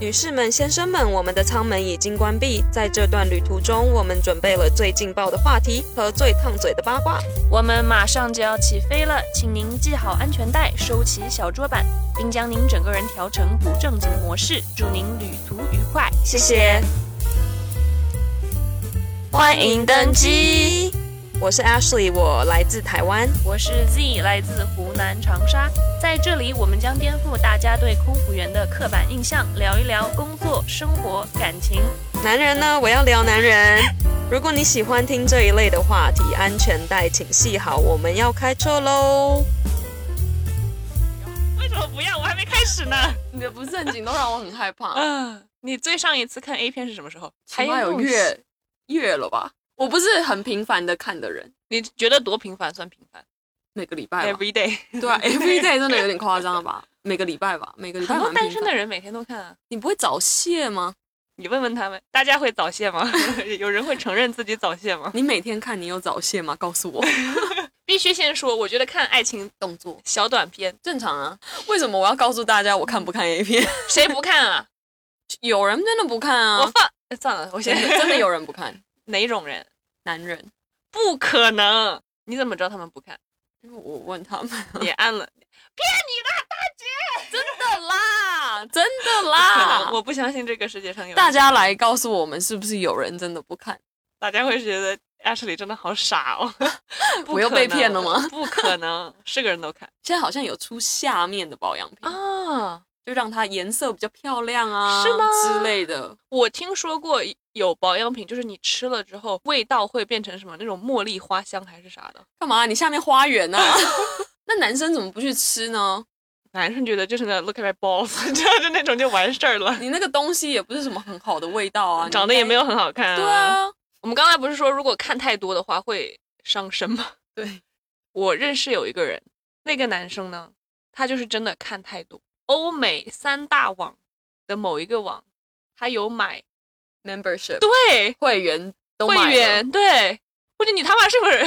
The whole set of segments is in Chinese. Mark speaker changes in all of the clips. Speaker 1: 女士们、先生们，我们的舱门已经关闭。在这段旅途中，我们准备了最劲爆的话题和最烫嘴的八卦。
Speaker 2: 我们马上就要起飞了，请您系好安全带，收起小桌板，并将您整个人调成不正经模式。祝您旅途愉快，
Speaker 1: 谢谢，欢迎登机。我是 Ashley，我来自台湾。
Speaker 2: 我是 Z，来自湖南长沙。在这里，我们将颠覆大家对空服员的刻板印象，聊一聊工作、生活、感情。
Speaker 1: 男人呢？我要聊男人。如果你喜欢听这一类的话题，安全带请系好，我们要开车喽。
Speaker 2: 为什么不要？我还没开始呢。
Speaker 3: 你的不正经都让我很害怕。
Speaker 2: 嗯，你最上一次看 A 片是什么时候？
Speaker 3: 起码有
Speaker 2: 月，
Speaker 3: 月月了吧？我不是很频繁的看的人，
Speaker 2: 你觉得多频繁算频繁
Speaker 3: 每个礼拜吧。
Speaker 2: ？Every day。
Speaker 3: 对啊，every day 真的有点夸张了吧？每个礼拜吧，每个礼拜
Speaker 2: 很多
Speaker 3: 蛮
Speaker 2: 单
Speaker 3: 频
Speaker 2: 身
Speaker 3: 繁
Speaker 2: 的。人每天都看啊。
Speaker 3: 你不会早泄吗？
Speaker 2: 你问问他们，大家会早泄吗？ 有人会承认自己早泄吗？
Speaker 3: 你每天看，你有早泄吗？告 诉我。
Speaker 2: 必须先说，我觉得看爱情
Speaker 3: 动作
Speaker 2: 小短片，
Speaker 3: 正常啊。为什么我要告诉大家我看不看 A 片？
Speaker 2: 谁不看啊？
Speaker 3: 有人真的不看
Speaker 2: 我
Speaker 3: 啊，
Speaker 2: 放算了，我先
Speaker 3: 真的真的有人不看，
Speaker 2: 哪种人？
Speaker 3: 男人。
Speaker 2: 不可能！你怎么知道他们不看？
Speaker 3: 因为我问他们，
Speaker 2: 你按了，
Speaker 3: 真的啦，真的
Speaker 2: 啊
Speaker 3: 啦！！
Speaker 2: 我不相信这个世界上有
Speaker 3: 大家来告诉我们，是不是有人真的不看？
Speaker 2: 大家会觉得 Ashley 真的好傻 哦。不
Speaker 3: 我又
Speaker 2: 可
Speaker 3: 被
Speaker 2: 能
Speaker 3: 骗了吗？
Speaker 2: 不可能，是个人都 看
Speaker 3: 现在好像有出下面的保养品，
Speaker 2: 啊！
Speaker 3: 就让它颜色比较漂亮啊，
Speaker 2: 是吗
Speaker 3: 之类的，
Speaker 2: 我听说过有保养品，就是你吃了之后味道会变成什么那种茉莉花香还是啥的。
Speaker 3: 干嘛？你下面花 园呢、啊？那男生怎么不去吃呢？
Speaker 2: 男生觉得就是那 look at my balls，这 样就那种就完事儿了，
Speaker 3: 你那个东西也不是什么很好的味道啊，
Speaker 2: 长得也没
Speaker 3: 有、
Speaker 2: 有很好看、
Speaker 3: 对。啊，
Speaker 2: 我们刚才不是说如果看太多的话会伤身 吗？
Speaker 3: 对，
Speaker 2: 我认识有一个人，那个男生呢，他就是真的看太多。欧美三大网的某一个网，他有买，
Speaker 3: membership
Speaker 2: 对，
Speaker 3: 会员都买了
Speaker 2: 会员，对，我觉得你他妈是不是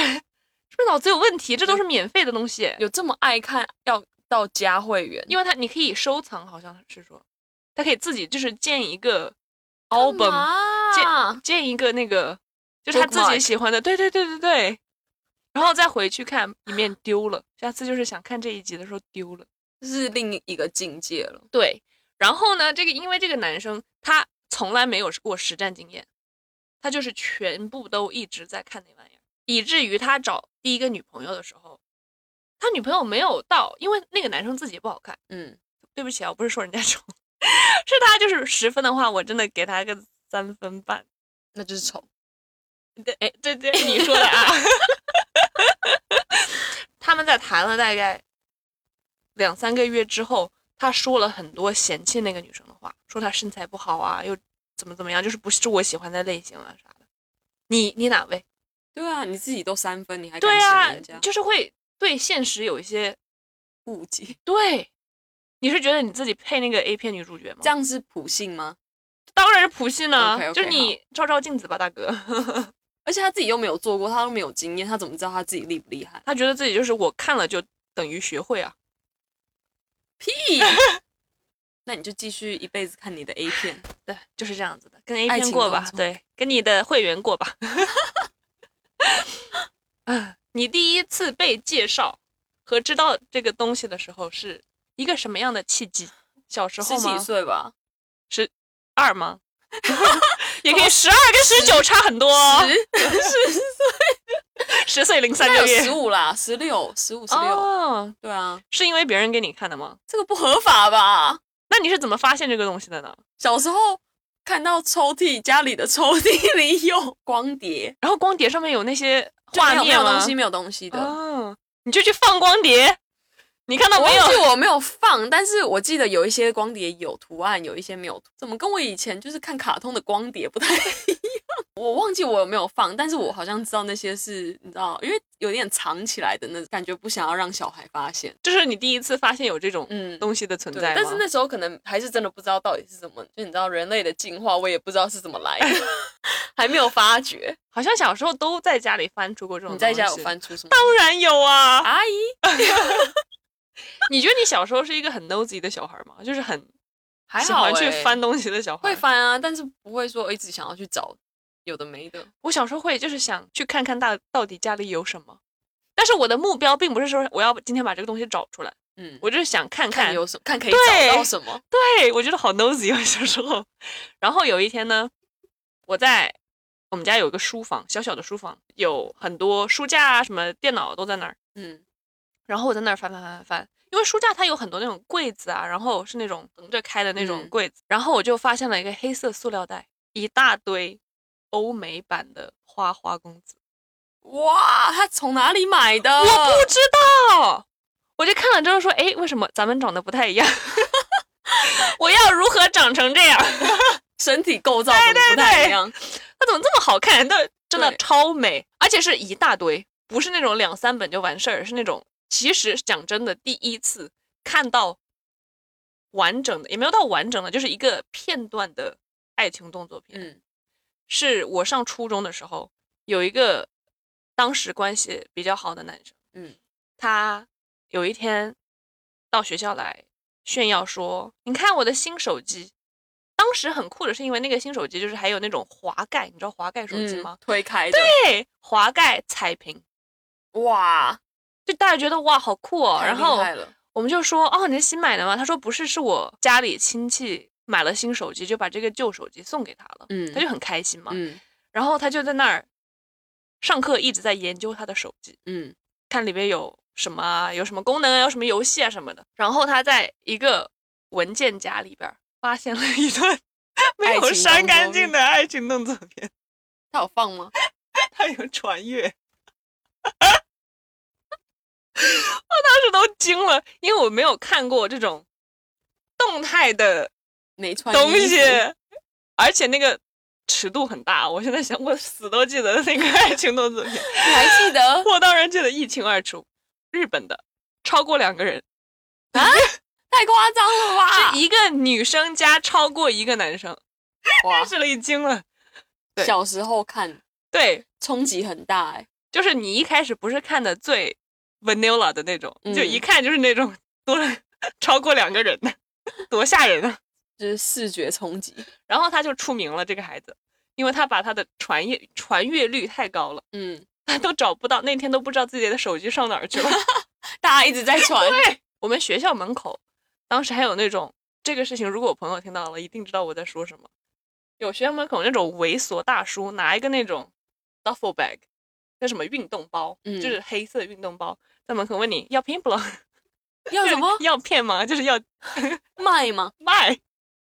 Speaker 2: 是不是脑子有问题？这都是免费的东西，
Speaker 3: 有这么爱看，要到加会员，
Speaker 2: 因为他你可以收藏，好像是说，他可以自己就是建一个
Speaker 3: 干
Speaker 2: album，
Speaker 3: 嘛
Speaker 2: 建一个那个就是他自
Speaker 3: Bookmark
Speaker 2: 己喜欢的，对对对对对，然后再回去看，以免丢了。下次就是想看这一集的时候丢了。
Speaker 3: 这是另一个境界了。
Speaker 2: 对，然后呢，这个因为这个男生他从来没有过实战经验，他就是全部都一直在看那玩意儿，以至于他找第一个女朋友的时候，他女朋友没有到，因为那个男生自己也不好看。
Speaker 3: 嗯，
Speaker 2: 对不起啊，我不是说人家丑， 是他就是十分的话，我真的给他个三分半。
Speaker 3: 那就是丑。
Speaker 2: 对，哎，对对，你说的啊。 他们在谈了大概两三个月之后，他说了很多嫌弃那个女生的话，说她身材不好啊，又怎么怎么样，就是不是我喜欢的类型啊啥的。你你哪位？
Speaker 3: 对啊，你自己都三分，你还敢
Speaker 2: 对
Speaker 3: 嫌
Speaker 2: 啊
Speaker 3: 人家，
Speaker 2: 就是会对现实有一些
Speaker 3: 误解？
Speaker 2: 对。你是觉得你自己配那个 A 片女主角吗？
Speaker 3: 这样是普信吗？
Speaker 2: 当然是普信呢
Speaker 3: OK，OK，
Speaker 2: 就是你照照镜子吧，大哥。
Speaker 3: 而且他自己又没有做过，他都没有经验，他怎么知道他自己厉不厉害？
Speaker 2: 他觉得自己就是我看了就等于学会啊。
Speaker 3: 屁！那你就继续一辈子看你的 A 片，
Speaker 2: 对，就是这样子的，跟 A
Speaker 3: 爱
Speaker 2: 片
Speaker 3: 情
Speaker 2: 过吧
Speaker 3: 当，中
Speaker 2: 对，跟你的会员过吧。 啊，你第一次被介绍和知道这个东西的时候是一个什么样的契机？小时候
Speaker 3: 十几
Speaker 2: 吗？
Speaker 3: 岁吧，
Speaker 2: 二吗？也
Speaker 3: 哦
Speaker 2: 可以，十二跟十九差很多哦，
Speaker 3: 十
Speaker 2: 十岁零三
Speaker 3: 那
Speaker 2: 个
Speaker 3: 有
Speaker 2: 月。
Speaker 3: 十五啦，十六，十五，十六，
Speaker 2: 哦，
Speaker 3: 对啊，
Speaker 2: 是因为别人给你看的吗？
Speaker 3: 这个不合法吧？
Speaker 2: 那你是怎么发现这个东西的呢？
Speaker 3: 小时候看到抽屉，家里的抽 屉里有光碟，
Speaker 2: 然后光碟上面有那些
Speaker 3: 就
Speaker 2: 画
Speaker 3: 没有没
Speaker 2: 面
Speaker 3: 有
Speaker 2: 吗
Speaker 3: 东？西，没有东西的。
Speaker 2: 哦，你就去放光碟，你看到
Speaker 3: 我
Speaker 2: 没
Speaker 3: 忘记
Speaker 2: 有？
Speaker 3: 我 没有放，但是我记得有一些光碟有图案，有一些没有图。怎么跟我以前就是看卡通的光碟不太一样？ 我忘记我有没有放，但是我好像知道那些是，你知道，因为有点藏起来的那感觉，不想要让小孩发现。
Speaker 2: 这是你第一次发现有这种
Speaker 3: 嗯，
Speaker 2: 东西的存
Speaker 3: 对。
Speaker 2: 在吗
Speaker 3: 但是那时候可能还是真的不知道到底是什么，就你知道人类的进化，我也不知道是怎么来的， 还没有发觉。
Speaker 2: 好像小时候都在家里翻出过这种。
Speaker 3: 你在家有？翻出什么？
Speaker 2: 当然有啊！
Speaker 3: 阿姨，
Speaker 2: 你觉得你小时候是一个很 nosy 的小孩吗？就是很
Speaker 3: 还
Speaker 2: 喜
Speaker 3: 好、
Speaker 2: 欢
Speaker 3: 欸、
Speaker 2: 去翻东西的小孩
Speaker 3: 会。翻啊，但是不会说一直想要去找有的没的。
Speaker 2: 我小时候会就是想去看看大到底家里有什么，但是我的目标并不是说我要今天把这个东西找出来，
Speaker 3: 嗯，
Speaker 2: 我就是想看
Speaker 3: 看
Speaker 2: 看
Speaker 3: 有什看可以
Speaker 2: 对
Speaker 3: 找到什么。
Speaker 2: 对，我觉得好 nosy 啊，小时候。然后有一天呢，我在我们家有一个书房，小小的书房，有很多书架啊，什么电脑都在那儿。
Speaker 3: 嗯
Speaker 2: 然后我在那儿翻翻翻翻翻，因为书架它有很多那种柜子啊，然后是那种横着开的那种
Speaker 3: 嗯
Speaker 2: 柜子。然后我就发现了一个黑色塑料袋，一大堆欧美版的花花公子。
Speaker 3: 哇，他从哪里买的？我
Speaker 2: 不知道，我就看了之后说，哎，为什么咱们长得不太一样？ 我要如何长成这样？
Speaker 3: 身体构造怎么不太一样。
Speaker 2: 它怎么这么好看？它真的
Speaker 3: 对
Speaker 2: 超美，而且是一大堆，不是那种两三本就完事儿，是那种其实讲真的，第一次看到完整的，也没有到完整的，就是一个片段的爱情动作片。
Speaker 3: 嗯
Speaker 2: 是我上初中的时候，有一个当时关系比较好的男生，
Speaker 3: 嗯，
Speaker 2: 他有一天到学校来炫耀说：“你看我的新手机。”当时很酷的是，因为那个新手机就是还有那种滑盖，你知道滑盖手机吗
Speaker 3: 嗯？，推开的。
Speaker 2: 对，滑盖彩屏，
Speaker 3: 哇，
Speaker 2: 就大家觉得哇好酷哦。
Speaker 3: 太
Speaker 2: 然
Speaker 3: 厉
Speaker 2: 后
Speaker 3: 害了
Speaker 2: 我们就说：“哦，你是新买的吗？”他说：“不是，是我家里亲戚买了新手机，就把这个旧手机送给他了。”
Speaker 3: 嗯
Speaker 2: 他就很开心嘛。
Speaker 3: 嗯
Speaker 2: 然后他就在那儿上课一直在研究他的手机，
Speaker 3: 嗯
Speaker 2: 看里边有什么啊，有什么功能啊，有什么游戏啊什么的。然后他在一个文件夹里边儿发现了一 段没
Speaker 3: 爱
Speaker 2: 有
Speaker 3: 情
Speaker 2: 删
Speaker 3: 动作
Speaker 2: 干净
Speaker 3: 片
Speaker 2: 的爱情动作片，
Speaker 3: 他有放吗？
Speaker 2: 他有传阅。 我当时都惊了，因为我没有看过这种动态的
Speaker 3: 没穿
Speaker 2: 东
Speaker 3: 衣服
Speaker 2: 西，而且那个尺度很大。我现在想，我死都记得那个爱情动作片。
Speaker 3: 你还记 得？
Speaker 2: 我当然记得一清二楚。日本的，超过两个人，
Speaker 3: 啊太夸张了吧！
Speaker 2: 是一个女生加超过一个男生，
Speaker 3: 哇，
Speaker 2: 吃了一惊了。对
Speaker 3: 小时候看
Speaker 2: 对，
Speaker 3: 冲击很大哎、
Speaker 2: 就是你一开始不是看的最 vanilla 的那种，
Speaker 3: 嗯
Speaker 2: 就一看就是那种多了超过两个人的，多吓人啊！
Speaker 3: 就是视觉冲击。
Speaker 2: 然后他就出名了，这个孩子，因为他把他的传阅传阅率太高了，
Speaker 3: 嗯，
Speaker 2: 他都找不到，那天都不知道自己的手机上哪儿去了。
Speaker 3: 大 家一直在传，
Speaker 2: 我们学校门口，当时还有那种这个事情，如果我朋友听到了，一定知道我在说什么。有学校门口那种猥琐大叔，拿一个那种 duffel bag，那什么运动包，
Speaker 3: 嗯
Speaker 2: 就是黑色运动包，在门口问你要 pin 不了？
Speaker 3: 要什么
Speaker 2: 要骗吗？就是要
Speaker 3: 卖吗？
Speaker 2: 卖。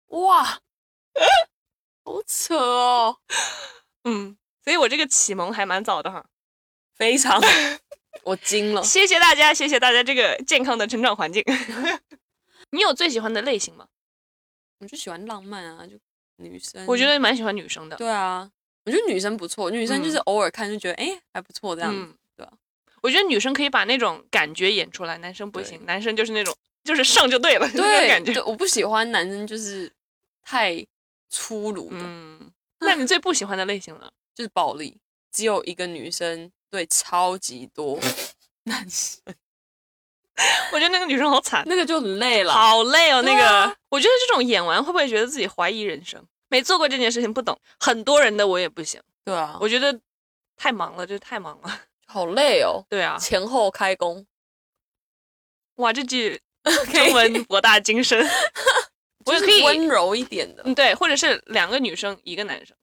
Speaker 3: 哇，好扯哦，
Speaker 2: 嗯，所以我这个启蒙还蛮早的哈。
Speaker 3: 非常，我惊了。
Speaker 2: 谢谢大家，谢谢大家这个健康的成长 环境。你有最喜欢的类型吗？
Speaker 3: 我就喜欢浪漫啊，就女生，
Speaker 2: 我觉得蛮喜欢女生的。
Speaker 3: 对啊，我觉得女生不错，女生就是偶尔看就觉得哎、诶还不错这样子，
Speaker 2: 嗯
Speaker 3: 对啊，
Speaker 2: 我觉得女生可以把那种感觉演出来，男生不
Speaker 3: 对
Speaker 2: 行，男生就是那种就是上就对了那种
Speaker 3: 对
Speaker 2: 感觉。
Speaker 3: 对，我不喜欢男生就是太粗鲁的，
Speaker 2: 嗯，那你最不喜欢的类型呢？
Speaker 3: 就是暴力。只有一个女生对超级多 男生，
Speaker 2: 我觉得那个女生好 惨，
Speaker 3: 那个就很累了。
Speaker 2: 好累哦。那
Speaker 3: 对
Speaker 2: 个
Speaker 3: 啊，
Speaker 2: 我觉得这种演完会不会觉得自己怀疑人生？没做过这件事情不懂，很多人的我也不行，
Speaker 3: 对啊，我
Speaker 2: 我觉得太忙了，这太忙了。
Speaker 3: 好累哦，
Speaker 2: 对啊，
Speaker 3: 前后开工。
Speaker 2: 哇，这句中文博大精深。我也
Speaker 3: 就
Speaker 2: 可以
Speaker 3: 是，温柔一点的。
Speaker 2: 嗯，对，或者是两个女生一个男生，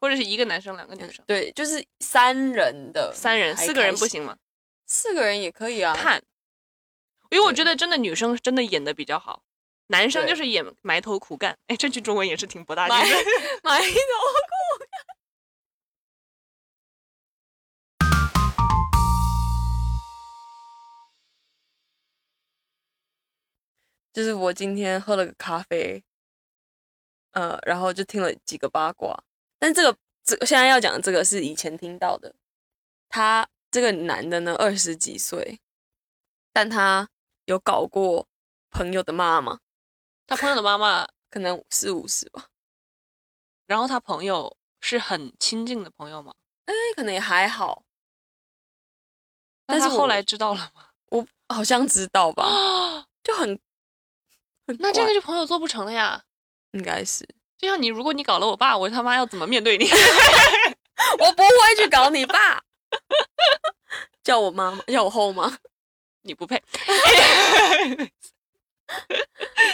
Speaker 2: 或者是一个男生两个女生，
Speaker 3: 对，就是三人的，
Speaker 2: 三人
Speaker 3: 还
Speaker 2: 四个人
Speaker 3: 开
Speaker 2: 不
Speaker 3: 心，
Speaker 2: 行吗？
Speaker 3: 四个人也可以啊。
Speaker 2: 看，因为我
Speaker 3: 对
Speaker 2: 觉得真的女生真的演的比较好，男生
Speaker 3: 对
Speaker 2: 就是演埋头苦干。哎，这句中文也是挺博大
Speaker 3: 埋
Speaker 2: 精深。
Speaker 3: 埋头苦 就是我今天喝了个咖啡，呃，然后就听了几个八卦，但这个这现在要讲的这个是以前听到的。他这个男的呢，二十几岁，但他有搞过朋友的妈妈，
Speaker 2: 他朋友的妈妈，
Speaker 3: 可能四五十吧。
Speaker 2: 然后他朋友是很亲近的朋友嘛，
Speaker 3: 那可能也还好，
Speaker 2: 但
Speaker 3: 但
Speaker 2: 是
Speaker 3: 是
Speaker 2: 后
Speaker 3: 我
Speaker 2: 来知道了吗？
Speaker 3: 我好像知道吧，
Speaker 2: 啊，
Speaker 3: 就很很
Speaker 2: 那这
Speaker 3: 怪
Speaker 2: 个就朋友做不成了呀。
Speaker 3: 应该是。
Speaker 2: 就像你，如果你搞了我爸，我他妈要怎么面对你？
Speaker 3: 我不会去搞你爸，叫我妈妈，叫我后妈。
Speaker 2: 你不配。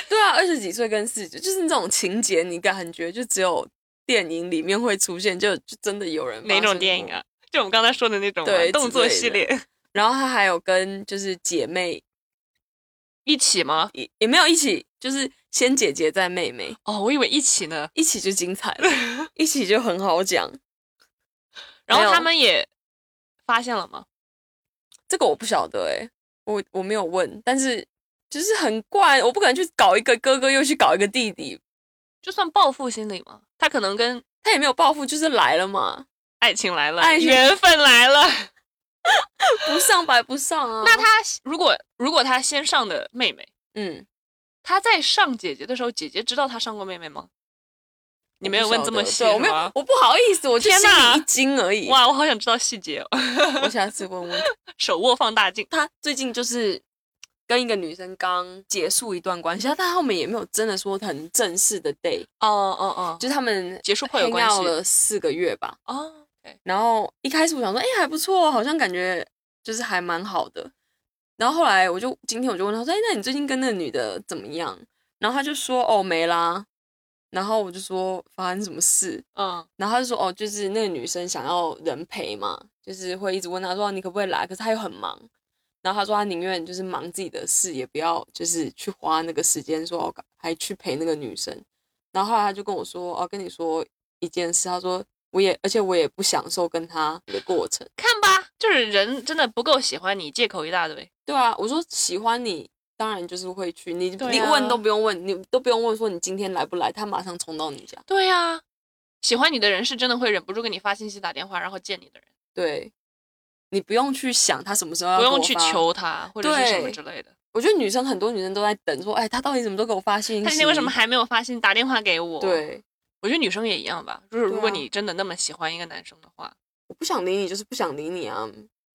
Speaker 3: 对啊，二十几岁跟四十，就是那种情节，你感觉就只有电影里面会出现，就就真的有人
Speaker 2: 哪种电影
Speaker 3: 啊？
Speaker 2: 啊？就我们刚才说的那种吗
Speaker 3: 对
Speaker 2: 动作
Speaker 3: 之类
Speaker 2: 系
Speaker 3: 的
Speaker 2: 列
Speaker 3: 然后她还有跟就是姐妹
Speaker 2: 一起吗？
Speaker 3: 也也没有一起，就是先姐姐再妹妹
Speaker 2: 哦，我以为一起呢。
Speaker 3: 一起就精彩 了，一起就很好讲。
Speaker 2: 然后
Speaker 3: 没有
Speaker 2: 他们也发现了吗？
Speaker 3: 这个我不晓得哎、我我没有问，但是就是很怪，我不可能去搞一个哥哥又去搞一个弟弟，
Speaker 2: 就算报复心理吗？他可能跟
Speaker 3: 他也没有报复，就是来了嘛，
Speaker 2: 爱情来了，
Speaker 3: 爱情
Speaker 2: 缘分来了。
Speaker 3: 不上白不上 啊。
Speaker 2: 那他如果如果他先上的妹妹，
Speaker 3: 嗯，
Speaker 2: 他在上姐姐的时候，姐姐知道他上过妹妹吗？你没有问这么细
Speaker 3: 对我没有
Speaker 2: 是吗，
Speaker 3: 我不好意思，我就
Speaker 2: 天
Speaker 3: 心
Speaker 2: 哪
Speaker 3: 里一惊而已。
Speaker 2: 哇，我好想知道细节哦。
Speaker 3: 我下次问问
Speaker 2: 手握放大镜，
Speaker 3: 他最近就是跟一个女生刚结束一段关系，但他们也没有真的说很正式的 day，
Speaker 2: 哦哦哦，
Speaker 3: 就是他们
Speaker 2: 结束颇有
Speaker 3: hang
Speaker 2: 关
Speaker 3: out
Speaker 2: 系
Speaker 3: 了四个月吧。
Speaker 2: 哦，OK，
Speaker 3: 然后一开始我想说，哎、还不错，好像感觉就是还蛮好的。然后后来我就今天我就问他说，哎、那你最近跟那个女的怎么样？然后他就说，哦，没啦。然后我就说发生什么事？
Speaker 2: 嗯，
Speaker 3: 然后他就说，哦，就是那个女生想要人陪嘛，就是会一直问他说你可不可以来，可是他又很忙。然后他说他宁愿就是忙自己的事，也不要就是去花那个时间说哦还去陪那个女生。然后后来他就跟我说，哦，跟你说一件事，他说我也，而且我也不享受跟他的过程。
Speaker 2: 看吧，就是人真的不够喜欢你，借口一大堆。
Speaker 3: 对啊，我说喜欢你，当然就是会去，你、
Speaker 2: 对啊
Speaker 3: 你问都不用问，你都不用问说你今天来不来，他马上冲到你家。
Speaker 2: 对呀、喜欢你的人是真的会忍不住给你发信息、打电话，然后见你的人，对，
Speaker 3: 你不用去想他什么时候要啊
Speaker 2: 不
Speaker 3: 给
Speaker 2: 用
Speaker 3: 我
Speaker 2: 去
Speaker 3: 发。
Speaker 2: 求他或者是什么
Speaker 3: 对
Speaker 2: 之类的。
Speaker 3: 我觉得女生很多女生都在等说，哎，他到底什么时候给我发信息？
Speaker 2: 他今天为什么还没有发信？打电话给我。，
Speaker 3: 对，
Speaker 2: 我觉得女生也一样吧。就是如
Speaker 3: 对啊
Speaker 2: 果你真的那么喜欢一个男生的话，
Speaker 3: 我不想理你，就是不想理你啊！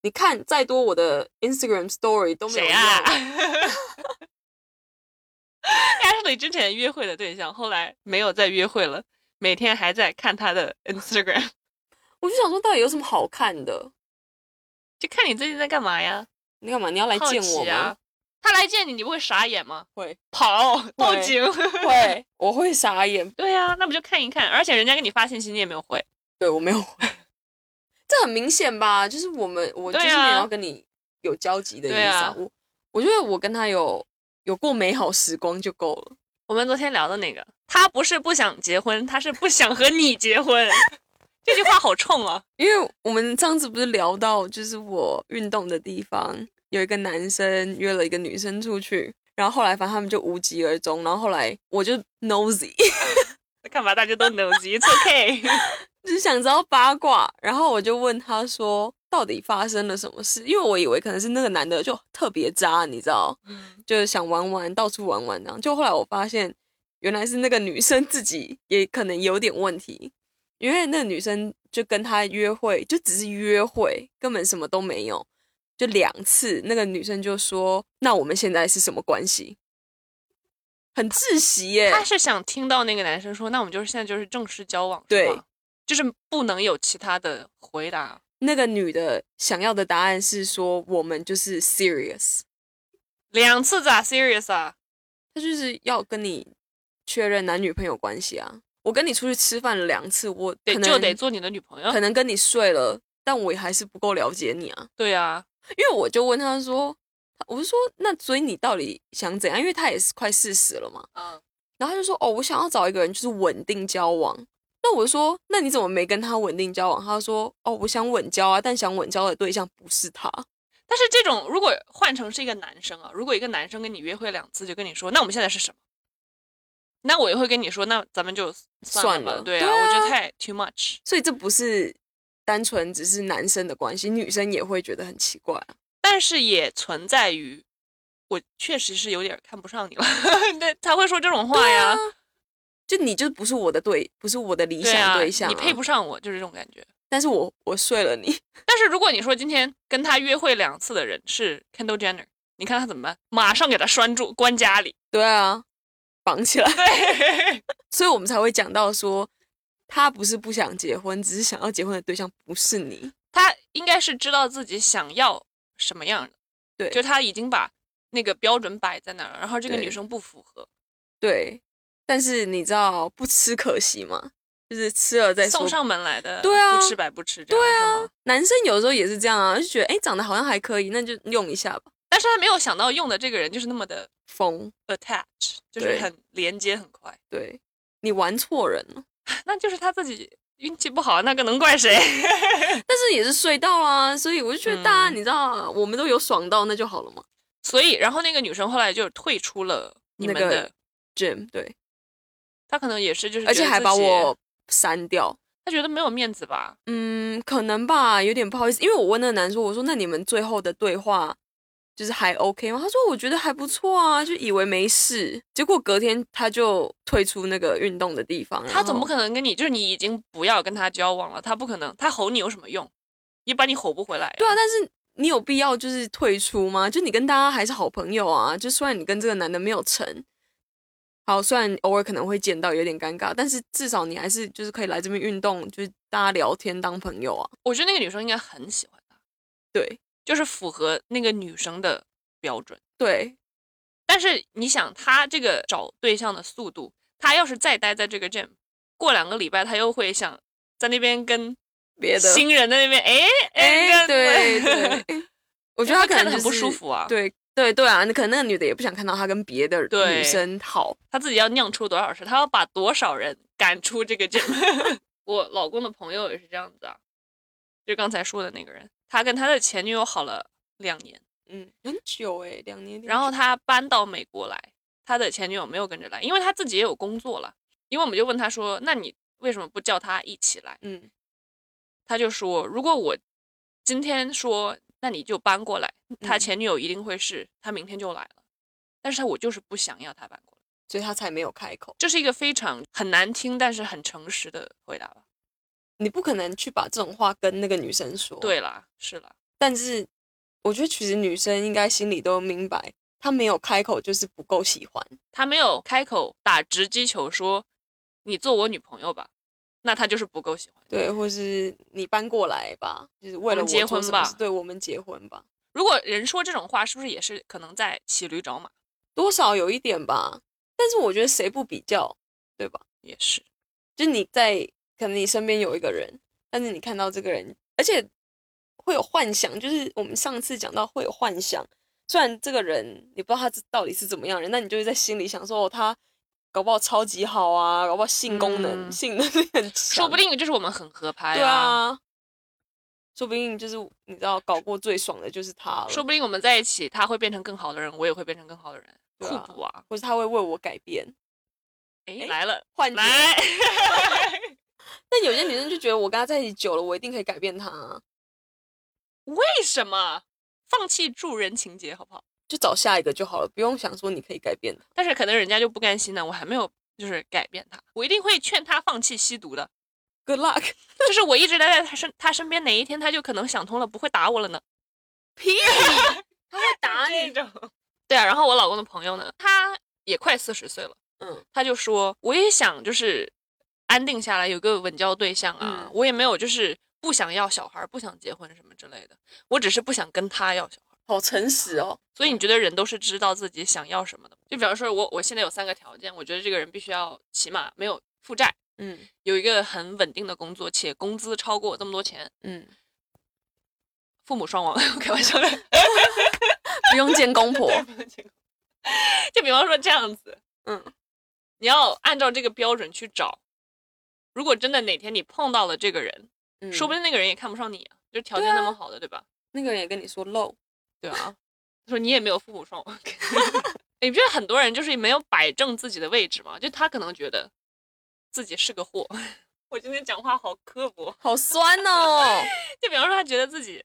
Speaker 3: 你看再多我的 Instagram Story 都没有
Speaker 2: 谁
Speaker 3: 用。
Speaker 2: 啊？ 他是你之前约会的对象，后来没有再约会了，每天还在看他的 Instagram，
Speaker 3: 我就想说，到底有什么好看的？
Speaker 2: 就看你最近在干嘛呀？
Speaker 3: 你干嘛？你要来
Speaker 2: 好
Speaker 3: 见我
Speaker 2: 奇
Speaker 3: 吗？
Speaker 2: 啊！ 他来见你，你不会傻眼吗？
Speaker 3: 会
Speaker 2: 跑报
Speaker 3: 会
Speaker 2: 警。
Speaker 3: 会， 我会傻眼。
Speaker 2: 对呀、那不就看一看？而且人家给你发信息，你也没有回。
Speaker 3: 对我没有 回，这很明显吧？就是我们，我就
Speaker 2: 对啊
Speaker 3: 是没有要跟你有交集的意思、
Speaker 2: 对啊
Speaker 3: 我我觉得我跟他有有过美好时光就够了。
Speaker 2: 我们昨天聊的那个，他不是不想结婚，他是不想和你结婚。 这句话好冲啊！
Speaker 3: 因为我们上次不是聊到，就是我运动的地方有一个男生约了一个女生出去，然后后来反正他们就无疾而终，然后后来我就 nosy，
Speaker 2: 看吧，大家都 nosy，it's OK。
Speaker 3: 就是想知道八卦，然后我就问他说到底发生了什么事，因为我以为可能是那个男的就特别渣，你知道，就是想玩玩，到处玩玩这样。就后来我发现，原来是那个女生自己也可能有点问题，因为那个女生就跟他约会，就只是约会，根本什么都没有，就两次。那个女生就说：“那我们现在是什么关系？”很窒息耶、
Speaker 2: 他是想听到那个男生说，那我们就是现在就是正式交往，
Speaker 3: 对
Speaker 2: 是吗，就是不能有其他的回答。
Speaker 3: 那个女的想要的答案是说：“我们就是 serious。”
Speaker 2: 两次咋 serious 啊？
Speaker 3: 他就是要跟你确认男女朋友关系啊。我跟你出去吃饭了两次，我
Speaker 2: 得
Speaker 3: 可能
Speaker 2: 就得做你的女朋友
Speaker 3: 可。能跟你睡了，但我也还是不够了解你啊。
Speaker 2: 对啊，
Speaker 3: 因为我就问他说，我就说那所以你到底想怎样？因为他也是快四十了嘛。
Speaker 2: 嗯，
Speaker 3: 然后他就说哦，我想要找一个人就是稳定交往。那我就说那你怎么没跟他稳定交往？他说哦，我想稳交啊，但想稳交的对象不是他。
Speaker 2: 但是这种如果换成是一个男生啊，如果一个男生跟你约会两次就跟你说，那我们现在是什么？那我也会跟你说，那咱们就算
Speaker 3: 算
Speaker 2: 吧
Speaker 3: 了
Speaker 2: 对啊，
Speaker 3: 对啊
Speaker 2: 我觉得太 too much。
Speaker 3: 所以这不是单纯只是男生的关系，女生也会觉得很奇怪啊。
Speaker 2: 但是也存在于，我确实是有点看不上你了， 对，他会说这种话呀，
Speaker 3: 就你就不是我的对，不是我的理
Speaker 2: 对啊，
Speaker 3: 啊想对象、
Speaker 2: 你配不？上我，就是这种感觉。
Speaker 3: 但是我我睡了你，
Speaker 2: 但是如果你说今天跟他约会两次的人是 Kendall Jenner，你看他怎么办？马上给他拴住，关家里。
Speaker 3: 对啊，绑起来。
Speaker 2: 对，
Speaker 3: 所以我们才会讲到说，他不是不想结婚，只是想要结婚的对象不是你。
Speaker 2: 他应该是知道自己想要什么样的，
Speaker 3: 对
Speaker 2: 就他已经把那个标准摆在那儿了，然后这个
Speaker 3: 对
Speaker 2: 女生不符合，
Speaker 3: 对，但是你知道不吃可惜吗？就是吃了再说
Speaker 2: 送。上门来的，
Speaker 3: 对啊
Speaker 2: 不吃白不吃，这样是吗？
Speaker 3: 男生有时候也是这样啊，就觉得哎长得好像还可以，那就用一下吧。
Speaker 2: 但是他没有想到用的这个人就是那么的
Speaker 3: 疯，
Speaker 2: attach，就是
Speaker 3: 对
Speaker 2: 很连接很快，
Speaker 3: 对你玩错人了，
Speaker 2: 那就是他自己运气不好，那个能怪谁？
Speaker 3: 但是也是睡到啊，所以我就觉得大家、
Speaker 2: 嗯
Speaker 3: 你知道，我们都有爽到，那就好了嘛。
Speaker 2: 所以，然后那个女生后来就退出了你们的，
Speaker 3: 那个 Jim 对，
Speaker 2: 她可能也是就是，
Speaker 3: 而且还把我，删掉。
Speaker 2: 她觉得没有面子吧？
Speaker 3: 嗯，可能吧，有点不好意思，因为我问那个男说，我说那你们最后的对话就是还 OK 吗？他说我觉得还不错啊，就以为没事，结果隔天他就退出那个运动的地方。
Speaker 2: 她总不
Speaker 3: 可
Speaker 2: 可能跟你，就是你已经不要跟她交往了，她不可能，她吼你有什么用？也把你吼不回来呀。
Speaker 3: 对啊，但是你有必要就是退出吗？就你跟大家还是好朋友啊，就虽然你跟这个男的没有成，好，虽然偶尔可能会见到有点尴尬，但是至少你还是就是可以来这边运动，就是大家聊天当朋友啊。
Speaker 2: 我觉得那个女生应该很喜欢他，
Speaker 3: 对
Speaker 2: 就是符合那个女生的标准。
Speaker 3: 对，
Speaker 2: 但是你想，她这个找对象的速度，她要是再待在这个 gym，过两个礼拜，她又会想在那边跟
Speaker 3: 别的
Speaker 2: 新人在那边，哎
Speaker 3: 哎、
Speaker 2: 哎，
Speaker 3: 对 对，我觉得他可能、
Speaker 2: 看得很不舒。服啊。
Speaker 3: 对对对啊，那可能那个女的也不想看到他跟别的
Speaker 2: 对
Speaker 3: 女生好。
Speaker 2: 他自己要酿出多少事，他要把多少人赶出这个 gym。我老公的朋友也是这样子啊，就刚才说的那个人，他跟他的前女友好了两年，
Speaker 3: 嗯，很久哎、两年。
Speaker 2: 然后他搬到美国来，他的前女友没有跟着来，因为他自己也有工作了。因为我们就问他说：“那你为什么不叫他一起来
Speaker 3: 嗯，？”
Speaker 2: 他就说：“如果我今天说，那你就搬过来，他
Speaker 3: 嗯
Speaker 2: 前女友一定会是他明天就来了。但是他我就是不想要他搬过来。”
Speaker 3: 所以他才没有开口。
Speaker 2: 这是一个非常很难听，但是很诚实的回答吧。
Speaker 3: 你不可能去把这种话跟那个女生说。，
Speaker 2: 对啦，是啦，
Speaker 3: 但是我觉得其实女生应该心里都明白，她没有开口就是不够喜欢。
Speaker 2: 他没有开口打直击球说你做我女朋友吧，那他就是不够喜欢。
Speaker 3: 对，或是你搬过来吧，就是为
Speaker 2: 我
Speaker 3: 了
Speaker 2: 们
Speaker 3: 我
Speaker 2: 结
Speaker 3: 做
Speaker 2: 婚
Speaker 3: 什么
Speaker 2: 吧
Speaker 3: 事对我们结婚吧，
Speaker 2: 如果人说这种话，是不是也是可能在骑驴找马？
Speaker 3: 多少有一点吧。但是我觉得谁不比较，对吧？
Speaker 2: 也是，
Speaker 3: 就你在可能你身边有一个人，但是你看到这个人，而且会有幻想，就是我们上次讲到会有幻想。虽然这个人你不知道他到底是怎么样的人，那你就会在心里想说，哦，他搞不好超级好啊，搞不好性功能、
Speaker 2: 嗯
Speaker 3: 性能力很强，
Speaker 2: 说不定就是我们很合拍
Speaker 3: 啊对啊，说不定就是你知道搞过最爽的就是他了，
Speaker 2: 说不定我们在一起，他会变成更好的人，我也会变成更好的人，
Speaker 3: 对
Speaker 2: 互
Speaker 3: 啊
Speaker 2: 补啊！
Speaker 3: 或是他会为我改变
Speaker 2: 哎
Speaker 3: 哎，
Speaker 2: 来了，
Speaker 3: 换角。
Speaker 2: 来，
Speaker 3: 但有些女生就觉得我跟他在一起久了，我一定可以改变他啊、
Speaker 2: 为什么放弃助人情节好不好？
Speaker 3: 就找下一个就好了，不用想说你可以改变他。
Speaker 2: 但是可能人家就不甘心呢，我还没有就是改变他，我一定会劝他放弃吸毒的。
Speaker 3: Good luck。
Speaker 2: 就是我一直待在他身他身边，哪一天他就可能想通了，不会打我了呢？
Speaker 3: 屁！他会打
Speaker 2: 这。种。对啊，然后我老公的朋友呢，他也快四十岁了，
Speaker 3: 嗯，
Speaker 2: 他就说我也想就是安定下来，有个稳交对象啊，
Speaker 3: 嗯
Speaker 2: 我也没有就是不想要小孩，不想结婚什么之类的，我只是不想跟他要小孩。
Speaker 3: 好诚实哦。
Speaker 2: 所以你觉得人都是知道自己想要什么的吗？就比方说我我现在有三个条件，我觉得这个人必须要起码没有负债。
Speaker 3: 嗯
Speaker 2: 有一个很稳定的工作，且工资超过我这么多钱，
Speaker 3: 嗯，
Speaker 2: 父母双亡， 开玩笑的。
Speaker 3: 不用见公婆。
Speaker 2: 就比方说这样子，
Speaker 3: 嗯，
Speaker 2: 你要按照这个标准去找。如果真的哪天你碰到了这个人，
Speaker 3: 嗯
Speaker 2: 说不定那个人也看不上你、啊，就是条件那么好的，对吧？
Speaker 3: 那个人也跟你说漏。
Speaker 2: 对啊，他说你也没有父母双亡。 你不觉得很多人就是没有摆正自己的位置吗？就他可能觉得自己是个货。 我今天讲话好刻薄。
Speaker 3: 好酸 哦。
Speaker 2: 就比方说，他觉得自己，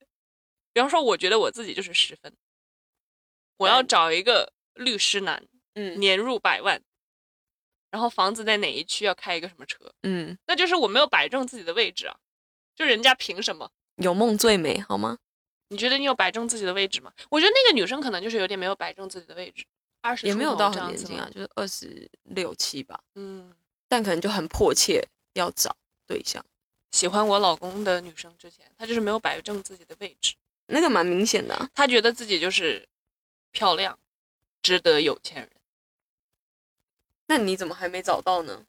Speaker 2: 比方说，我觉得我自己就是十分，我要
Speaker 3: 嗯
Speaker 2: 找一个律师男，
Speaker 3: 嗯
Speaker 2: 年入百万，然后房子在哪一区，要开一个什么车，
Speaker 3: 嗯，
Speaker 2: 那就是我没有摆正自己的位置啊，就人家凭什么？
Speaker 3: 有梦最美，好吗？
Speaker 2: 你觉得你有摆正自己的位置吗？我觉得那个女生可能就是有点没有摆正自己的位置，二十
Speaker 3: 也没有到
Speaker 2: 这
Speaker 3: 很
Speaker 2: 样
Speaker 3: 年
Speaker 2: 子
Speaker 3: 轻啊
Speaker 2: 吗，，
Speaker 3: 就是二十六七吧。
Speaker 2: 嗯，
Speaker 3: 但可能就很迫切要找对象，
Speaker 2: 喜欢我老公的女生之前，她就是没有摆正自己的位置，
Speaker 3: 那个蛮明显的、啊。
Speaker 2: 她觉得自己就是漂亮，值得有钱人，
Speaker 3: 那你怎么还没找到呢？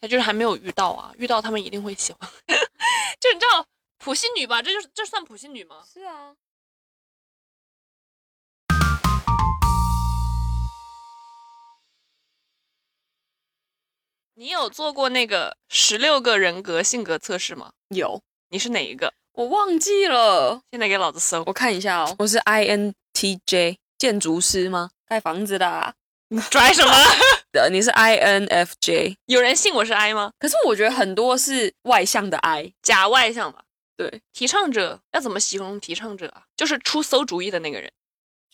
Speaker 2: 她就是还没有遇到啊，遇到他们一定会喜欢。 就你知道普信女吧，这就是这算普信女吗？
Speaker 3: 是啊，
Speaker 2: 你有做过那个十六个人格性格测试吗？
Speaker 3: 有，
Speaker 2: 你是哪一个？
Speaker 3: 我忘记了，
Speaker 2: 现在给老子搜！
Speaker 3: 我看一下哦。我是 INTJ 建筑师吗？盖房子的、啊。
Speaker 2: 你 拽什么？
Speaker 3: 呃，你是 INFJ，
Speaker 2: 有人信我是 I 吗？
Speaker 3: 可是我觉得很多是外向的 I，
Speaker 2: 假外向吧。
Speaker 3: 对，
Speaker 2: 提倡者要怎么形容提倡者啊？就是出馊主意的那个人。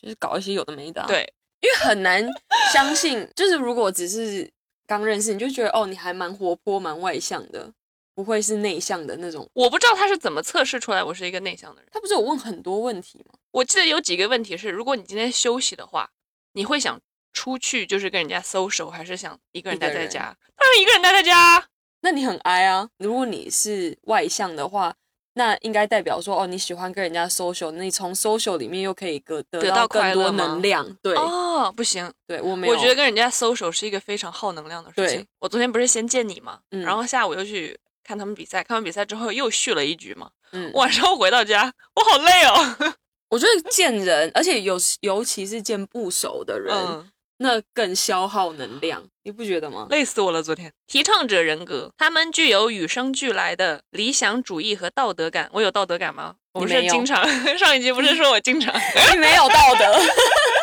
Speaker 3: 就是搞一些有的没的、啊。，
Speaker 2: 对，
Speaker 3: 因为很难相信，就是如果只是刚认识，你就觉得哦，你还蛮活泼、蛮外向的，不会是内向的那种。
Speaker 2: 我不知道他是怎么测试出来我是一个内向的人。
Speaker 3: 他不是有问很多问题吗？
Speaker 2: 我记得有几个问题是，如果你今天休息的话，你会想出去就是跟人家 social，还是想一个人
Speaker 3: 一个
Speaker 2: 待
Speaker 3: 人
Speaker 2: 在家？当然一个人待在家。
Speaker 3: 那你很 I 啊。如果你是外向的话，那应该代表说哦，你喜欢跟人家 social，那你从 social 里面又可以得得
Speaker 2: 得
Speaker 3: 到
Speaker 2: 到
Speaker 3: 更
Speaker 2: 快
Speaker 3: 多
Speaker 2: 乐吗
Speaker 3: 能量。对、
Speaker 2: 哦，不行，
Speaker 3: 对，我没有，
Speaker 2: 我觉得跟人家 social 是一个非常耗能量的事情
Speaker 3: 对。
Speaker 2: 我昨天不是先见你嘛，
Speaker 3: 嗯
Speaker 2: 然后下午又去看他们比赛，看完比赛之后又续了一局嘛。
Speaker 3: 嗯，我
Speaker 2: 晚上回到家，我好累哦。
Speaker 3: 我觉得见人，而且有尤其是见不熟的人，
Speaker 2: 嗯，
Speaker 3: 那更消耗能量，你不觉得 吗？
Speaker 2: 累死我了。昨天提倡者人格，他们具有与生俱来的理想主义和道德感。我有道德感吗？我不
Speaker 3: 你
Speaker 2: 是
Speaker 3: 没有
Speaker 2: 经常 上一集不是说我经常。
Speaker 3: 你没有道德。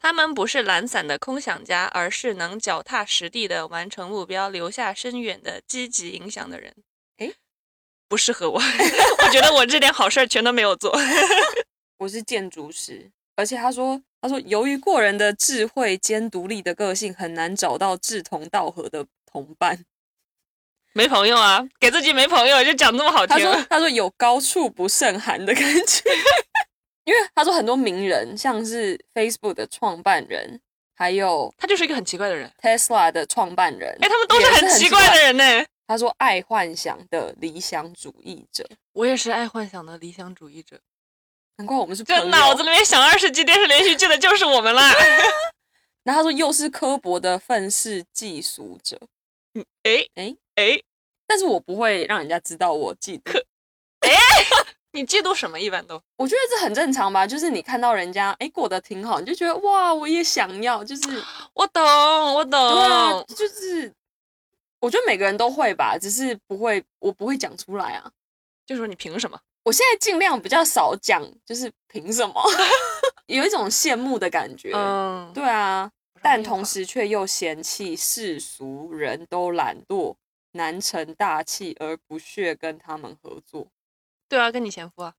Speaker 2: 他们不是懒散的空想家，而是能脚踏实地的完成目标，留下深远的积极影响的人。
Speaker 3: 诶，
Speaker 2: 不适合我， 我觉得我这点好事儿全都没有做。
Speaker 3: 我是建筑师，而且他说，他说由于过人的智慧兼独立的个性，很难找到志同道合的同伴。
Speaker 2: 没朋友啊，给自己没朋友就讲这么好
Speaker 3: 他说
Speaker 2: 听，，
Speaker 3: 他说有高处不胜寒的感觉， 因为他说很多名人，像是 Facebook 的创办人，还有
Speaker 2: 他就是一个很奇怪的人。
Speaker 3: Tesla 的创办人，
Speaker 2: 哎，他们都是
Speaker 3: 也
Speaker 2: 很奇怪的。人呢、
Speaker 3: 他说爱幻想的理想主义者，
Speaker 2: 我也是爱幻想的理想主义者，
Speaker 3: 难怪我们是朋
Speaker 2: 这
Speaker 3: 友。
Speaker 2: 脑子里面想二十集电视连续剧的就是我们 啦。
Speaker 3: 然后他说又是刻薄的愤世嫉俗者，
Speaker 2: 哎
Speaker 3: 诶
Speaker 2: 哎，
Speaker 3: 但是我不会让人家知道我嫉 妒。
Speaker 2: 你嫉妒什么？一般都
Speaker 3: 我觉得这很正常吧，就是你看到人家哎过得挺好，你就觉得哇，我也想要，就是
Speaker 2: 我懂，我懂。
Speaker 3: 对啊，
Speaker 2: 哦
Speaker 3: 就是我觉得每个人都会吧，只是不会，我不会讲出来啊。
Speaker 2: 就说你凭什么？
Speaker 3: 我现在尽量比较少讲，就是凭什么， 有一种羡慕的感觉。
Speaker 2: 嗯，
Speaker 3: 对啊，
Speaker 2: 不是
Speaker 3: 但
Speaker 2: 没有
Speaker 3: 同
Speaker 2: 吧
Speaker 3: 时却又嫌弃世俗人都懒惰，难成大器而不屑跟他们合作。
Speaker 2: 对啊，跟你前夫 啊。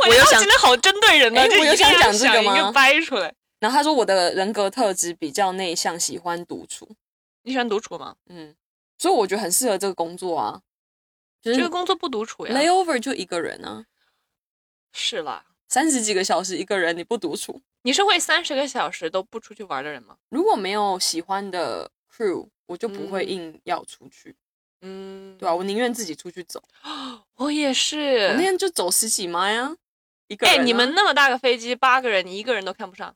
Speaker 3: 我
Speaker 2: 又
Speaker 3: 有想
Speaker 2: 今天好针对人呢、
Speaker 3: 哎
Speaker 2: 就
Speaker 3: 我有
Speaker 2: 一定
Speaker 3: 想
Speaker 2: 要
Speaker 3: 讲这个
Speaker 2: 想一
Speaker 3: 吗
Speaker 2: 个掰出来。
Speaker 3: 然后他说我的人格特质比较内向，喜欢独处。
Speaker 2: 你喜欢独处吗？
Speaker 3: 嗯，所以我觉得很适合这个工作啊，就是
Speaker 2: 这个工作不独处呀。
Speaker 3: layover 就一个人啊，
Speaker 2: 是啦，
Speaker 3: 三十几个小时一个人，你不独处，
Speaker 2: 你是会三十个小时都不出去玩的人吗？
Speaker 3: 如果没有喜欢的 crew，我就不会
Speaker 2: 嗯
Speaker 3: 硬要出去，
Speaker 2: 嗯，
Speaker 3: 对吧、我宁愿自己出去走。
Speaker 2: 我也是
Speaker 3: 我那。天就走十几迈啊，一个人
Speaker 2: 哎、
Speaker 3: 啊、
Speaker 2: 你们那么大个飞机，八个人，你一个人都看不上。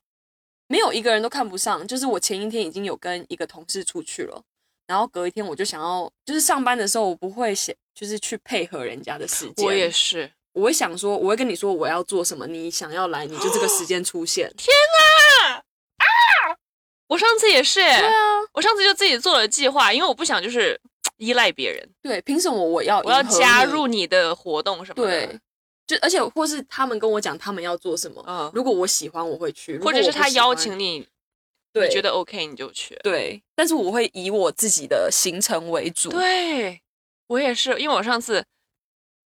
Speaker 3: 没有一个人都看不上，就是我前一天已经有跟一个同事出去了。然后隔一天我就想要，就是上班的时候我不会想，就是去配合人家的时间。
Speaker 2: 我也，是。
Speaker 3: 我会想说，我会跟你说我要做什么，你想要来你就这个时 间出现。
Speaker 2: 啊我上次也是、哎
Speaker 3: 对啊，
Speaker 2: 我上次就自己做了计划，因为我不想就是依赖别人，
Speaker 3: 对，凭什么我要
Speaker 2: 我要
Speaker 3: 迎合
Speaker 2: 加
Speaker 3: 你
Speaker 2: 入你的活动什么的。
Speaker 3: 对，，就而且或是他们跟我讲他们要做什么，
Speaker 2: 嗯，
Speaker 3: 如果我喜欢我会去，
Speaker 2: 或者是他邀请
Speaker 3: 你，
Speaker 2: 你，
Speaker 3: 对，
Speaker 2: 你觉得 OK 你就去。
Speaker 3: 对，但是我会以我自己的行程为主。
Speaker 2: 对，我也是，因为我上次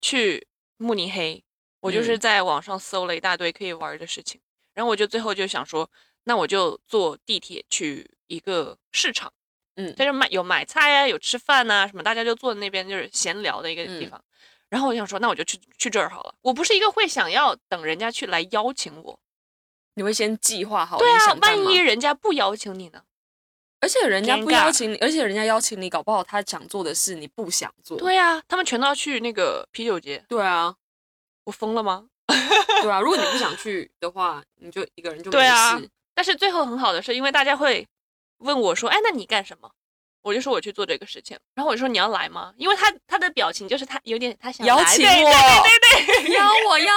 Speaker 2: 去慕尼黑，我就是
Speaker 3: 嗯
Speaker 2: 在网上搜了一大堆可以玩儿的事情，然后我就最后就想说，那我就坐地铁去一个市场，
Speaker 3: 嗯
Speaker 2: 在这买有买菜啊呀、有吃饭呐、什么，大家就坐在那边就是闲聊的一个地
Speaker 3: 嗯
Speaker 2: 方。然后我就想说，那我就去去这儿好了。我不是一个会想要等人家去来邀请我，
Speaker 3: 你会先计划好
Speaker 2: 对
Speaker 3: 你
Speaker 2: 啊
Speaker 3: 想，干
Speaker 2: 万
Speaker 3: 嘛
Speaker 2: 一人家不邀请你呢？
Speaker 3: 而且人家不
Speaker 2: 尴尬
Speaker 3: 邀请你，而且人家邀请你，搞不好他想做的事你不想做。
Speaker 2: 对呀、他们全都要去那个啤酒节，
Speaker 3: 对啊，
Speaker 2: 我疯了吗？
Speaker 3: 对啊，如果你不想去的话，你就一个人就没
Speaker 2: 对啊
Speaker 3: 事。
Speaker 2: 但是最后很好的是，因为大家会问我说：“哎，那你干什么？”我就说我去做这个事情，然后我就说你要来吗？因为他他的表情就是他有点他想来
Speaker 3: 邀请
Speaker 2: 对
Speaker 3: 我
Speaker 2: 对对对对
Speaker 3: 邀我邀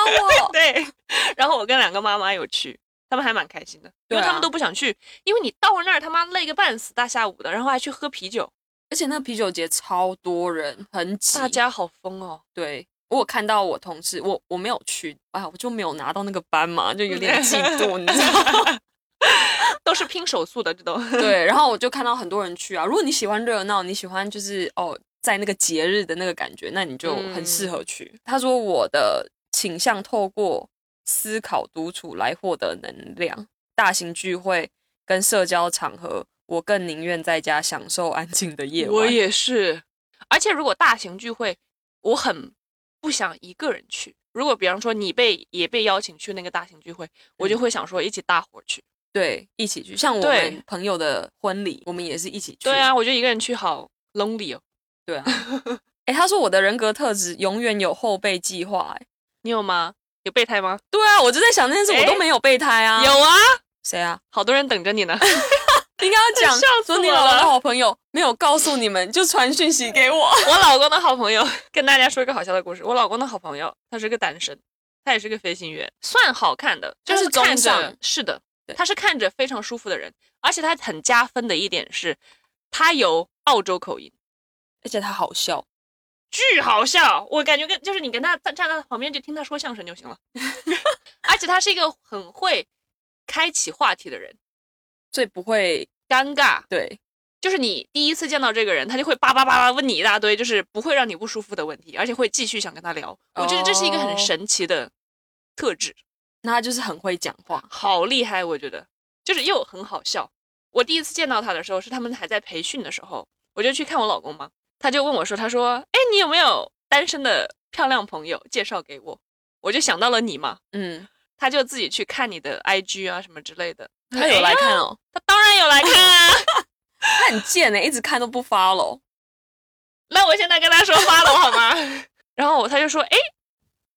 Speaker 3: 我，
Speaker 2: 对。 然后我跟两个妈妈有去，他们还蛮开心的，因为
Speaker 3: 对啊
Speaker 2: 他们都不想去，因为你到了那儿他妈累个半死，大下午的，然后还去喝啤酒，
Speaker 3: 而且那啤酒节超多人，很挤。
Speaker 2: 大家好 疯哦。
Speaker 3: 对我有看到我同事，我我没有去，哎，我就没有拿到那个班嘛，就有点嫉妒，你知道吗？
Speaker 2: 都是拼手速的，这都
Speaker 3: 对，然后我就看到很多人去啊。如果你喜欢热闹，你喜欢就是哦，在那个节日的那个感觉，那你就很
Speaker 2: 嗯
Speaker 3: 适合去。他说我的倾向透过思考独处来获得能量，大型聚会跟社交场合，我更宁愿在家享受安静的夜晚。
Speaker 2: 我也是。而且如果大型聚会，我很不想一个人去。如果比方说你被也被邀请去那个大型聚会，我
Speaker 3: 嗯
Speaker 2: 就会想说一起大伙儿去。
Speaker 3: 对一起去，像我
Speaker 2: 对
Speaker 3: 们朋友的婚礼，我们也是一起去。
Speaker 2: 对啊，我觉得一个人去好 lonely 哦。
Speaker 3: 对 啊，哎、他说我的人格特质永远有后备计划、欸。
Speaker 2: 你有吗？有备胎吗？
Speaker 3: 对啊，我就在想这件事，我都
Speaker 2: 诶
Speaker 3: 没有备胎啊。
Speaker 2: 有啊，
Speaker 3: 谁啊？
Speaker 2: 好多人等着你 呢。
Speaker 3: 应该要讲
Speaker 2: 笑死
Speaker 3: 说你
Speaker 2: 我
Speaker 3: 老公
Speaker 2: 了
Speaker 3: 的好朋友没有告诉你们，就传讯息给 我。
Speaker 2: 我老公的好朋友，跟大家说一个好笑的故事。我老公的好朋友，他是个单身，他也是个飞行员，算好看的，
Speaker 3: 他
Speaker 2: 就是
Speaker 3: 中
Speaker 2: 看
Speaker 3: 上
Speaker 2: 着是的
Speaker 3: 对，
Speaker 2: 他是看着非常舒服的人，而且他很加分的一点是，他有澳洲口音，
Speaker 3: 而且他好笑，
Speaker 2: 巨好笑。我感觉跟就是你跟他站站在旁边就听他说相声就行了， 而且他是一个很会开启话题的人，
Speaker 3: 所以不会
Speaker 2: 尴尬
Speaker 3: 对
Speaker 2: 就是你第一次见到这个人，他就会叭叭叭叭问你一大堆，就是不会让你不舒服的问题，而且会继续想跟他聊。我觉得这是一个
Speaker 3: 哦
Speaker 2: 很神奇的特质，
Speaker 3: 那他就是很会讲话。
Speaker 2: 好厉害！我觉得就是又很好笑。我第一次见到他的时候是他们还在培训的时候，我就去看我老公嘛，他就问我说：“他说，哎，你有没有单身的漂亮朋友介绍给我？”我就想到了你嘛，
Speaker 3: 嗯，
Speaker 2: 他就自己去看你的 IG 啊什么之类的。
Speaker 3: 他有来
Speaker 2: 哎呀，
Speaker 3: 看哦，
Speaker 2: 他当然有来看啊。
Speaker 3: 他很贱哎、一直看都不 follow。
Speaker 2: 那我现在跟他说发了好吗？ 然后他就说，哎，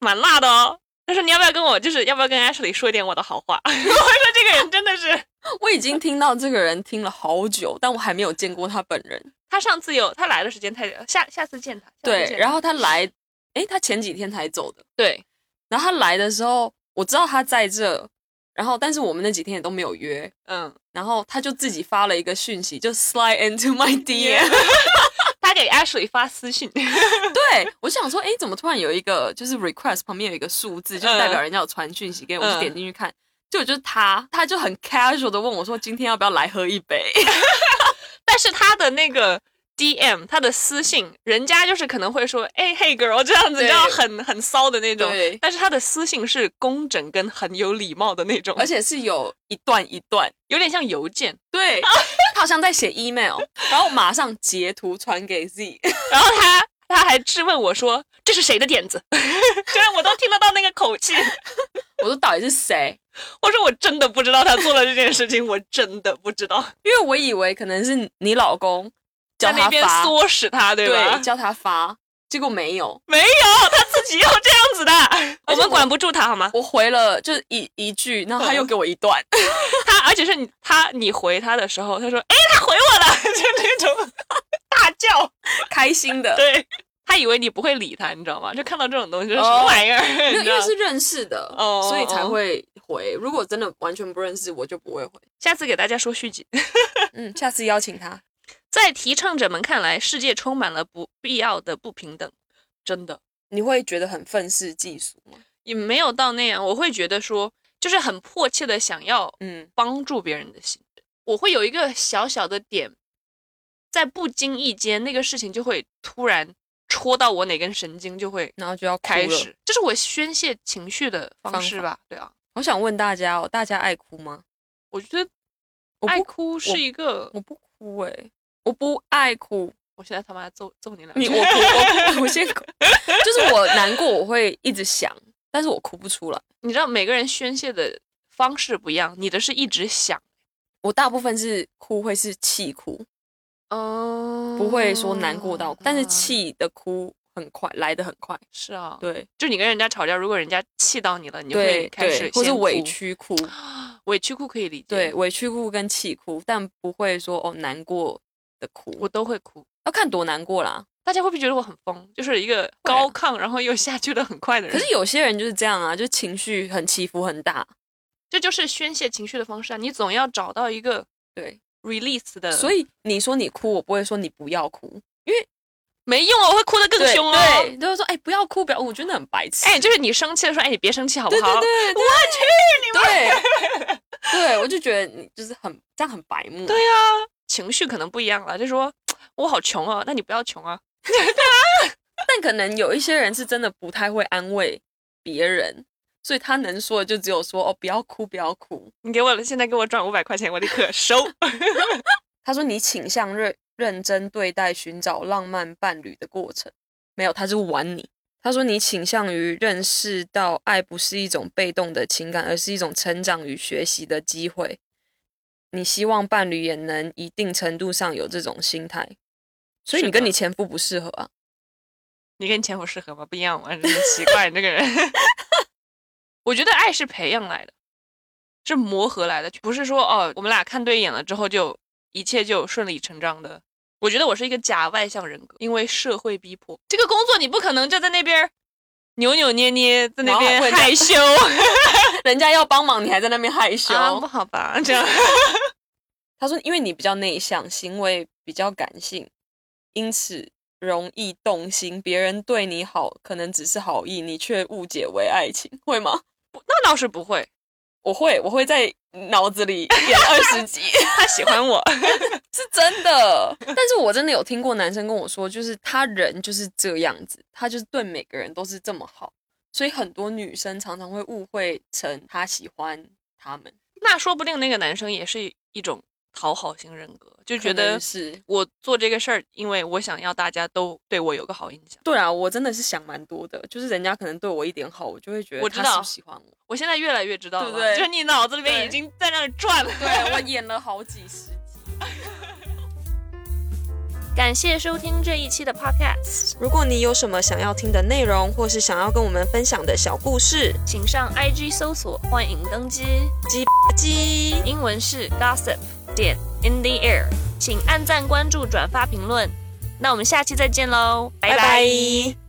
Speaker 2: 蛮辣的哦。他说你要不要跟我，就是要不要跟 Ashley 说一点我的好话？我 说这个人真的是，
Speaker 3: 我已经听到这个人听了好久，但我还没有见过他本人。
Speaker 2: 他上次有他来的时间太下下次见他。
Speaker 3: 对，然
Speaker 2: 后
Speaker 3: 后他来，诶、他前几天才走的。
Speaker 2: 对
Speaker 3: 然后他来的时候，我知道他在这，然后但是我们那几天也都没有约。
Speaker 2: 嗯，
Speaker 3: 然后他就自己发了一个讯息，就 slide into my DM。
Speaker 2: 他给 Ashley 发私信，
Speaker 3: 对，我想说，哎，怎么突然有一个就是 request 旁边有一个数字，就是代表人家有传讯息给我，我就
Speaker 2: 嗯
Speaker 3: 点进去看，结果就是他，他就很 casual 的问我说，今天要不要来喝一杯？
Speaker 2: 但是他的那个 DM，他的私信，人家就是可能会说，哎，Hey girl 这样子，
Speaker 3: 对
Speaker 2: 这样很很骚的那种
Speaker 3: 对。
Speaker 2: 但是他的私信是工整跟很有礼貌的那种，
Speaker 3: 而且是有一段一段，
Speaker 2: 有点像邮件。
Speaker 3: 对他好像在写 email，然后马上截图传给 Z，
Speaker 2: 然后他他还质问我说：“这是谁的点子？” 就是我都听得到那个口气。
Speaker 3: 我说到底是谁？
Speaker 2: 我说我真的不知道他做了这件事情，我真的不知道。
Speaker 3: 因为我以为可能是你老公叫
Speaker 2: 在那
Speaker 3: 他
Speaker 2: 边
Speaker 3: 发，
Speaker 2: 唆使他，对吧？
Speaker 3: 对，叫他发，结果没有。
Speaker 2: 没有，他自己要这样子的，
Speaker 3: 而且我
Speaker 2: 我们管不住他好吗？
Speaker 3: 我回了就是一一句，然后他又
Speaker 2: 嗯
Speaker 3: 给我一段，
Speaker 2: 他而且是你他你回他的时候，他说：“哎，他回我了。” 就那种大叫，
Speaker 3: 开心的，
Speaker 2: 对他以为你不会理他，你知道吗？就看到这种东西，就是什
Speaker 3: 哦
Speaker 2: 么玩意儿？
Speaker 3: 没有，
Speaker 2: 你知
Speaker 3: 因
Speaker 2: 道
Speaker 3: 为是认识的，
Speaker 2: 哦
Speaker 3: 所以才会回。如果真的完全不认识，我就不会 回。
Speaker 2: 下次给大家说续集。
Speaker 3: 嗯，下次邀请他。
Speaker 2: 在提倡者们看来，世界充满了不必要的不平等，真的
Speaker 3: 你会觉得很愤世嫉俗吗？
Speaker 2: 也没有到那样。我会觉得说，就是很迫切的想要
Speaker 3: 嗯，
Speaker 2: 帮助别人的心，我会有一个小小的点，在不经意间，那个事情就会突然戳到我哪根神经，就会
Speaker 3: 然后就要哭
Speaker 2: 开
Speaker 3: 了。
Speaker 2: 始，这是我宣泄情绪的方式吧？对啊，
Speaker 3: 我想问大家哦，大家爱哭吗？
Speaker 2: 我觉得
Speaker 3: 我不
Speaker 2: 爱哭是一个，
Speaker 3: 我不哭诶、我不爱 哭。
Speaker 2: 我现在他妈揍揍你两
Speaker 3: 你
Speaker 2: 句，
Speaker 3: 我哭我哭，我先哭， 就是我难过，我会一直想，但是我哭不出来。
Speaker 2: 你知道每个人宣泄的方式不一样，你的是一直想。
Speaker 3: 我大部分是哭会是气哭，
Speaker 2: 哦，
Speaker 3: 不会说难过到，但是
Speaker 2: 啊
Speaker 3: 气的哭很快来的很快，
Speaker 2: 是啊，
Speaker 3: 对
Speaker 2: 就你跟人家吵架，如果人家气到你了，你就会
Speaker 3: 对
Speaker 2: 开始
Speaker 3: 对，或是
Speaker 2: 先哭
Speaker 3: 委，屈哭，
Speaker 2: 委屈哭可以理解，
Speaker 3: 对委屈哭跟气哭，但不会说哦难过的哭，
Speaker 2: 我都会哭。
Speaker 3: 要看多难过啦。
Speaker 2: 大家会不会觉得我很疯？就是一个高亢，然后又下去的很快的人。
Speaker 3: 可是有些人就是这样啊，就情绪很起伏很大，
Speaker 2: 这就是宣泄情绪的方式啊！你总要找到一个
Speaker 3: 对，
Speaker 2: release 的，
Speaker 3: 所以你说你哭，我不会说你不要哭，
Speaker 2: 没用哦，我会哭得更
Speaker 3: 对
Speaker 2: 凶哦。
Speaker 3: 对，就是说哎不要哭，不要，我觉得那很白痴，
Speaker 2: 哎，就是你生气的时候，哎，你别生气好不
Speaker 3: 对对
Speaker 2: 好？
Speaker 3: 对，我去你们！对，对我就觉得你就是很这样很白目。
Speaker 2: 对呀、情绪可能不一样了，就说我好穷哦，那你不要穷啊。
Speaker 3: 但可能有一些人是真的不太会安慰别人，所以他能说的就只有说哦，不要哭，不要哭。
Speaker 2: 你给我了，现在给我转五百块钱，我立刻收。
Speaker 3: 他说你倾向认认真对待寻找浪漫伴侣的过程，没有，他是玩你。他说你倾向于认识到爱不是一种被动的情感，而是一种成长与学习的机会。你希望伴侣也能一定程度上有这种心态，所以
Speaker 2: 是
Speaker 3: 你跟
Speaker 2: 的
Speaker 3: 你前夫不适合啊。
Speaker 2: 你跟你前夫适合吗？不一样吗？真是奇怪，你这个人。 我觉得爱是培养来的，是磨合来的，不是说哦，我们俩看对眼了之后就一切就顺理成章的。我觉得我是一个假外向人格，因为社会逼迫。这个工作你不可能就在那边儿扭扭捏捏，在
Speaker 3: 然
Speaker 2: 那边
Speaker 3: 后还问他
Speaker 2: 害羞
Speaker 3: 人家要帮忙，你还在那边害羞。
Speaker 2: 啊，不好吧？这样
Speaker 3: 他说，因为你比较内向，行为比较感性，因此容易动心。别人对你好，可能只是好意，你却误解为爱情，会吗？
Speaker 2: 那倒是不会，
Speaker 3: 我会，我会在脑子里演二十集，
Speaker 2: 他喜欢我。
Speaker 3: 是真的。但是我真的有听过男生跟我说，就是他人就是这样子，他就是对每个人都是这么好，所以很多女生常常会误会成他喜欢他们，
Speaker 2: 那说不定那个男生也是一种讨好型人格，就觉
Speaker 3: 可
Speaker 2: 得
Speaker 3: 能是
Speaker 2: 我做这个事儿，因为我想要大家都对我有个好印象。
Speaker 3: 对啊，我真的是想蛮多的，就是人家可能对我一点好，我就会觉得
Speaker 2: 我知
Speaker 3: 他是
Speaker 2: 道
Speaker 3: 不是喜欢我。
Speaker 2: 我现在越来越知道了，
Speaker 3: 对不对
Speaker 2: 就是你脑子里面
Speaker 3: 对
Speaker 2: 已经在那里转了。
Speaker 3: 对我演了好几十集。
Speaker 2: 感谢收听这一期的 Podcast，
Speaker 1: 如果你有什么想要听的内容，或是想要跟我们分享的小故事，
Speaker 2: 请上 IG 搜索“欢迎登机
Speaker 1: 鸡吧鸡”，。
Speaker 2: 英文是 Gossip 点 In the Air，请按赞、关注、转发、评论。那我们下期再见喽，拜拜